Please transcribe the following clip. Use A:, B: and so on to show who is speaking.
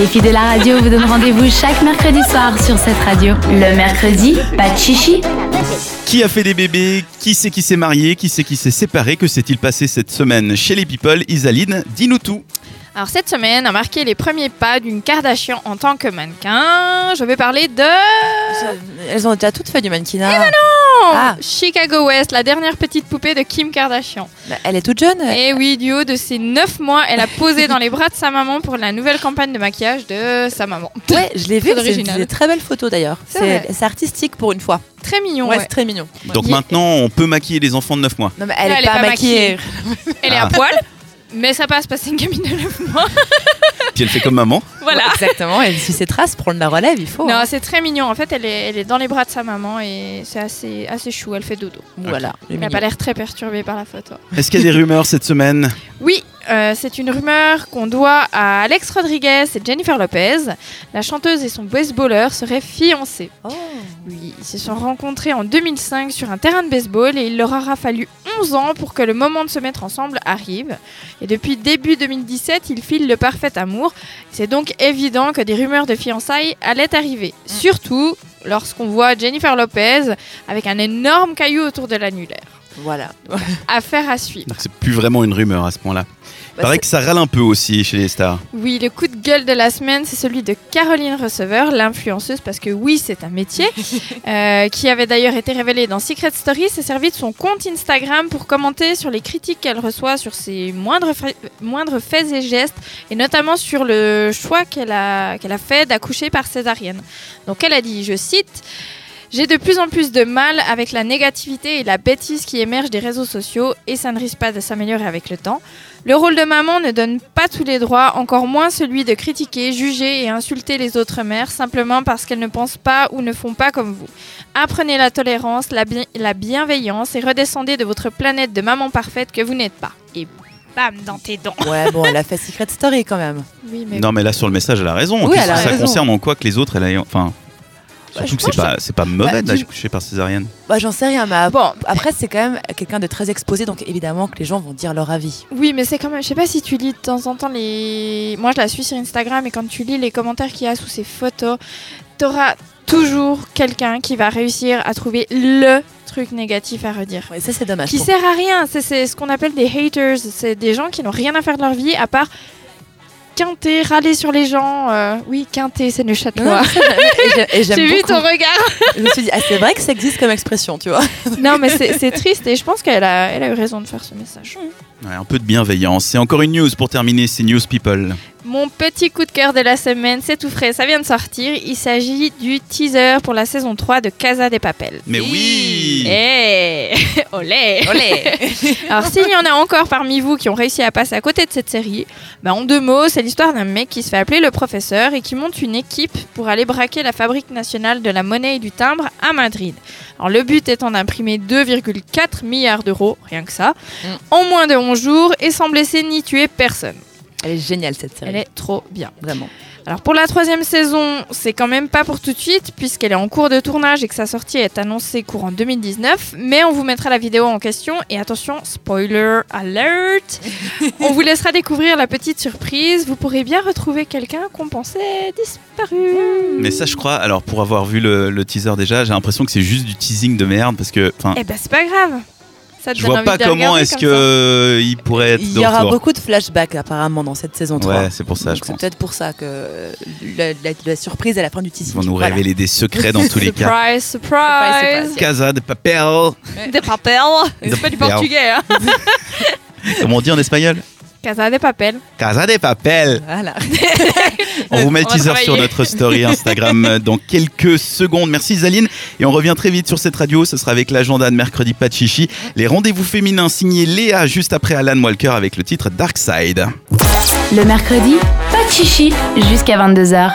A: Les filles de la radio vous donnent rendez-vous chaque mercredi soir sur cette radio. Le mercredi, pas de chichi,
B: Qui a fait des bébés Qui c'est qui s'est marié Qui c'est qui s'est séparé Que s'est-il passé cette semaine chez les people Isaline, dis-nous tout.
C: Alors cette semaine a marqué les premiers pas d'une Kardashian en tant que mannequin. Je vais parler de
D: Elles ont déjà toutes fait du mannequinat. Ah.
C: Chicago West, la dernière petite poupée de Kim Kardashian.
D: Bah, Elle est toute jeune.
C: Et oui, du haut de ses 9 mois, elle a posé dans les bras de sa maman pour la nouvelle campagne de maquillage de sa maman.
D: Ouais, je l'ai vu.
C: Très
D: C'est
C: original.
D: des très belles photos d'ailleurs.
C: C'est
D: C'est
C: vrai.
D: c'est artistique pour une fois.
C: Très mignon.
D: Ouais,
C: ouais.
D: c'est très mignon. Ouais.
B: Donc
C: Il-
B: maintenant, on peut maquiller les enfants de 9 mois.
D: Non, mais elle, est pas, maquillée.
C: Elle est
B: Ah.
C: à poil, mais ça passe parce que c'est une gamine de 9 mois.
B: Puis elle fait comme maman.
C: Voilà.
D: Ouais, exactement. Elle suit ses traces, prendre la relève, il faut.
C: Non,
D: hein.
C: c'est très mignon. En fait, elle est, elle est dans les bras de sa maman et c'est assez, assez chou. Elle fait dodo.
D: Voilà.
C: Elle n'a pas l'air très perturbée par la photo.
B: Est-ce qu'il y a des rumeurs cette semaine
C: Oui, euh, c'est une rumeur qu'on doit à Alex Rodriguez et Jennifer Lopez. La chanteuse et son baseballeur seraient fiancés.
D: Oh.
C: Oui, ils se sont rencontrés en 2005 sur un terrain de baseball et il leur aura fallu 11 ans pour que le moment de se mettre ensemble arrive. Et depuis début 2017, ils filent le parfait amour. C'est donc évident que des rumeurs de fiançailles allaient arriver. Surtout lorsqu'on voit Jennifer Lopez avec un énorme caillou autour de l'annulaire.
D: Voilà.
C: Affaire à suivre.
B: Donc c'est plus vraiment une rumeur à ce point-là.
D: Bah,
B: Paraît que ça râle un peu aussi chez les stars.
C: Oui, le coup de gueule de la semaine, c'est celui de Caroline Receveur, l'influenceuse, parce que oui, c'est un métier, euh, qui avait d'ailleurs été révélé dans Secret Story, s'est servi de son compte Instagram pour commenter sur les critiques qu'elle reçoit sur ses moindres, fra- moindres faits et gestes, et notamment sur le choix qu'elle a, qu'elle a fait d'accoucher par césarienne. Donc elle a dit, je cite, j'ai de plus en plus de mal avec la négativité et la bêtise qui émergent des réseaux sociaux et ça ne risque pas de s'améliorer avec le temps. Le rôle de maman ne donne pas tous les droits, encore moins celui de critiquer, juger et insulter les autres mères simplement parce qu'elles ne pensent pas ou ne font pas comme vous. Apprenez la tolérance, la, bien- la bienveillance et redescendez de votre planète de maman parfaite que vous n'êtes pas. Et bam dans tes dents.
D: Ouais, bon, elle a fait Secret Story quand même.
C: Oui, mais
B: Non, mais là, sur le message, elle a raison.
D: Oui,
B: Qu'est-ce que
D: elle a
B: ça
D: raison. Bah,
B: concerne en quoi que les autres, elle a. Enfin. Surtout
D: je
B: que c'est
D: pense-
B: pas, c'est pas mauvais
D: Bah,
B: là,
D: du-
B: couché par césarienne.
D: Bah, j'en sais rien, mais ap-
C: Bon.
D: après, c'est quand même quelqu'un de très exposé, donc évidemment que les gens vont dire leur avis.
C: Oui, mais c'est quand même. Je sais pas si tu lis de temps en temps les. Moi, je la suis sur Instagram et quand tu lis les commentaires qu'il y a sous ces photos, t'auras toujours quelqu'un qui va réussir à trouver le truc négatif à redire.
D: Ouais, ça, c'est dommage.
C: Qui
D: Bon.
C: sert à rien. C'est- C'est ce qu'on appelle des haters. C'est des gens qui n'ont rien à faire de leur vie à part quinter, râler sur les gens. Euh, Oui, quinter, c'est
D: Non, non,
C: Neuchâtelois.
D: mais ça, j'aime- et j'ai- et j'aime
C: J'ai vu
D: beaucoup.
C: ton regard.
D: Je me suis dit, ah, c'est vrai que ça existe comme expression, tu vois.
C: non, mais c'est c'est triste et je pense qu'elle a, elle a eu raison de faire ce message.
B: Ouais, un peu de bienveillance. Et encore une news pour terminer, c'est News People.
C: Mon petit coup de cœur de la semaine, c'est tout frais, ça vient de sortir. Il s'agit du teaser pour la saison 3 de Casa des Papel.
B: Mais oui
C: Eh Olé Alors s'il y en a encore parmi vous qui ont réussi à passer à côté de cette série, bah, en deux mots, c'est l'histoire d'un mec qui se fait appeler le professeur et qui monte une équipe pour aller braquer la fabrique nationale de la monnaie et du timbre à Madrid. Alors le but étant d'imprimer 2,4 milliards d'euros, rien que ça,
D: Mm.
C: en moins de 11 jours et sans blesser ni tuer personne.
D: Elle est géniale, cette
C: Elle
D: série.
C: est trop bien.
D: Vraiment.
C: Alors pour la troisième saison, c'est quand même pas pour tout de suite puisqu'elle est en cours de tournage et que sa sortie est annoncée courant 2019. Mais on vous mettra la vidéo en question et attention, spoiler alert, on vous laissera découvrir la petite surprise. Vous pourrez bien retrouver quelqu'un qu'on pensait disparu.
B: Mais ça, je crois, alors pour avoir vu le, le teaser déjà, j'ai l'impression que c'est juste du teasing de merde parce que, enfin,
C: Eh ben c'est pas grave. Ça te
B: je
C: donne
B: vois
C: envie
B: pas
C: de
B: comment
C: regarder
B: est-ce
C: comme
B: que
C: ça.
B: euh, il pourrait être
D: Il
B: de
D: y aura
B: retour.
D: beaucoup de flashbacks, apparemment, dans cette saison 3.
B: Ouais, c'est pour ça,
D: Donc,
B: je
D: c'est
B: pense.
D: peut-être pour ça que euh, la, la- la surprise à la fin du
B: Ils
D: teasing.
B: vont nous
D: Voilà.
B: révéler des secrets dans tous les cas.
C: Surprise, surprise.
D: surprise.
B: Casa de Papel
C: Des papel.
B: Des
C: C'est pas du
B: papel.
C: portugais. Hein.
B: Comment on dit en espagnol
C: Casa de papel.
B: Casa de Papel
D: Voilà.
B: On vous met le
C: On va
B: teaser sur
C: travailler.
B: notre story Instagram dans quelques secondes. Merci Zaline. Et on revient très vite sur cette radio. Ce sera avec l'agenda de mercredi, pas de chichi. Les rendez-vous féminins signés Léa juste après Alan Walker avec le titre Dark Side.
A: le mercredi, pas de chichi, jusqu'à 22h.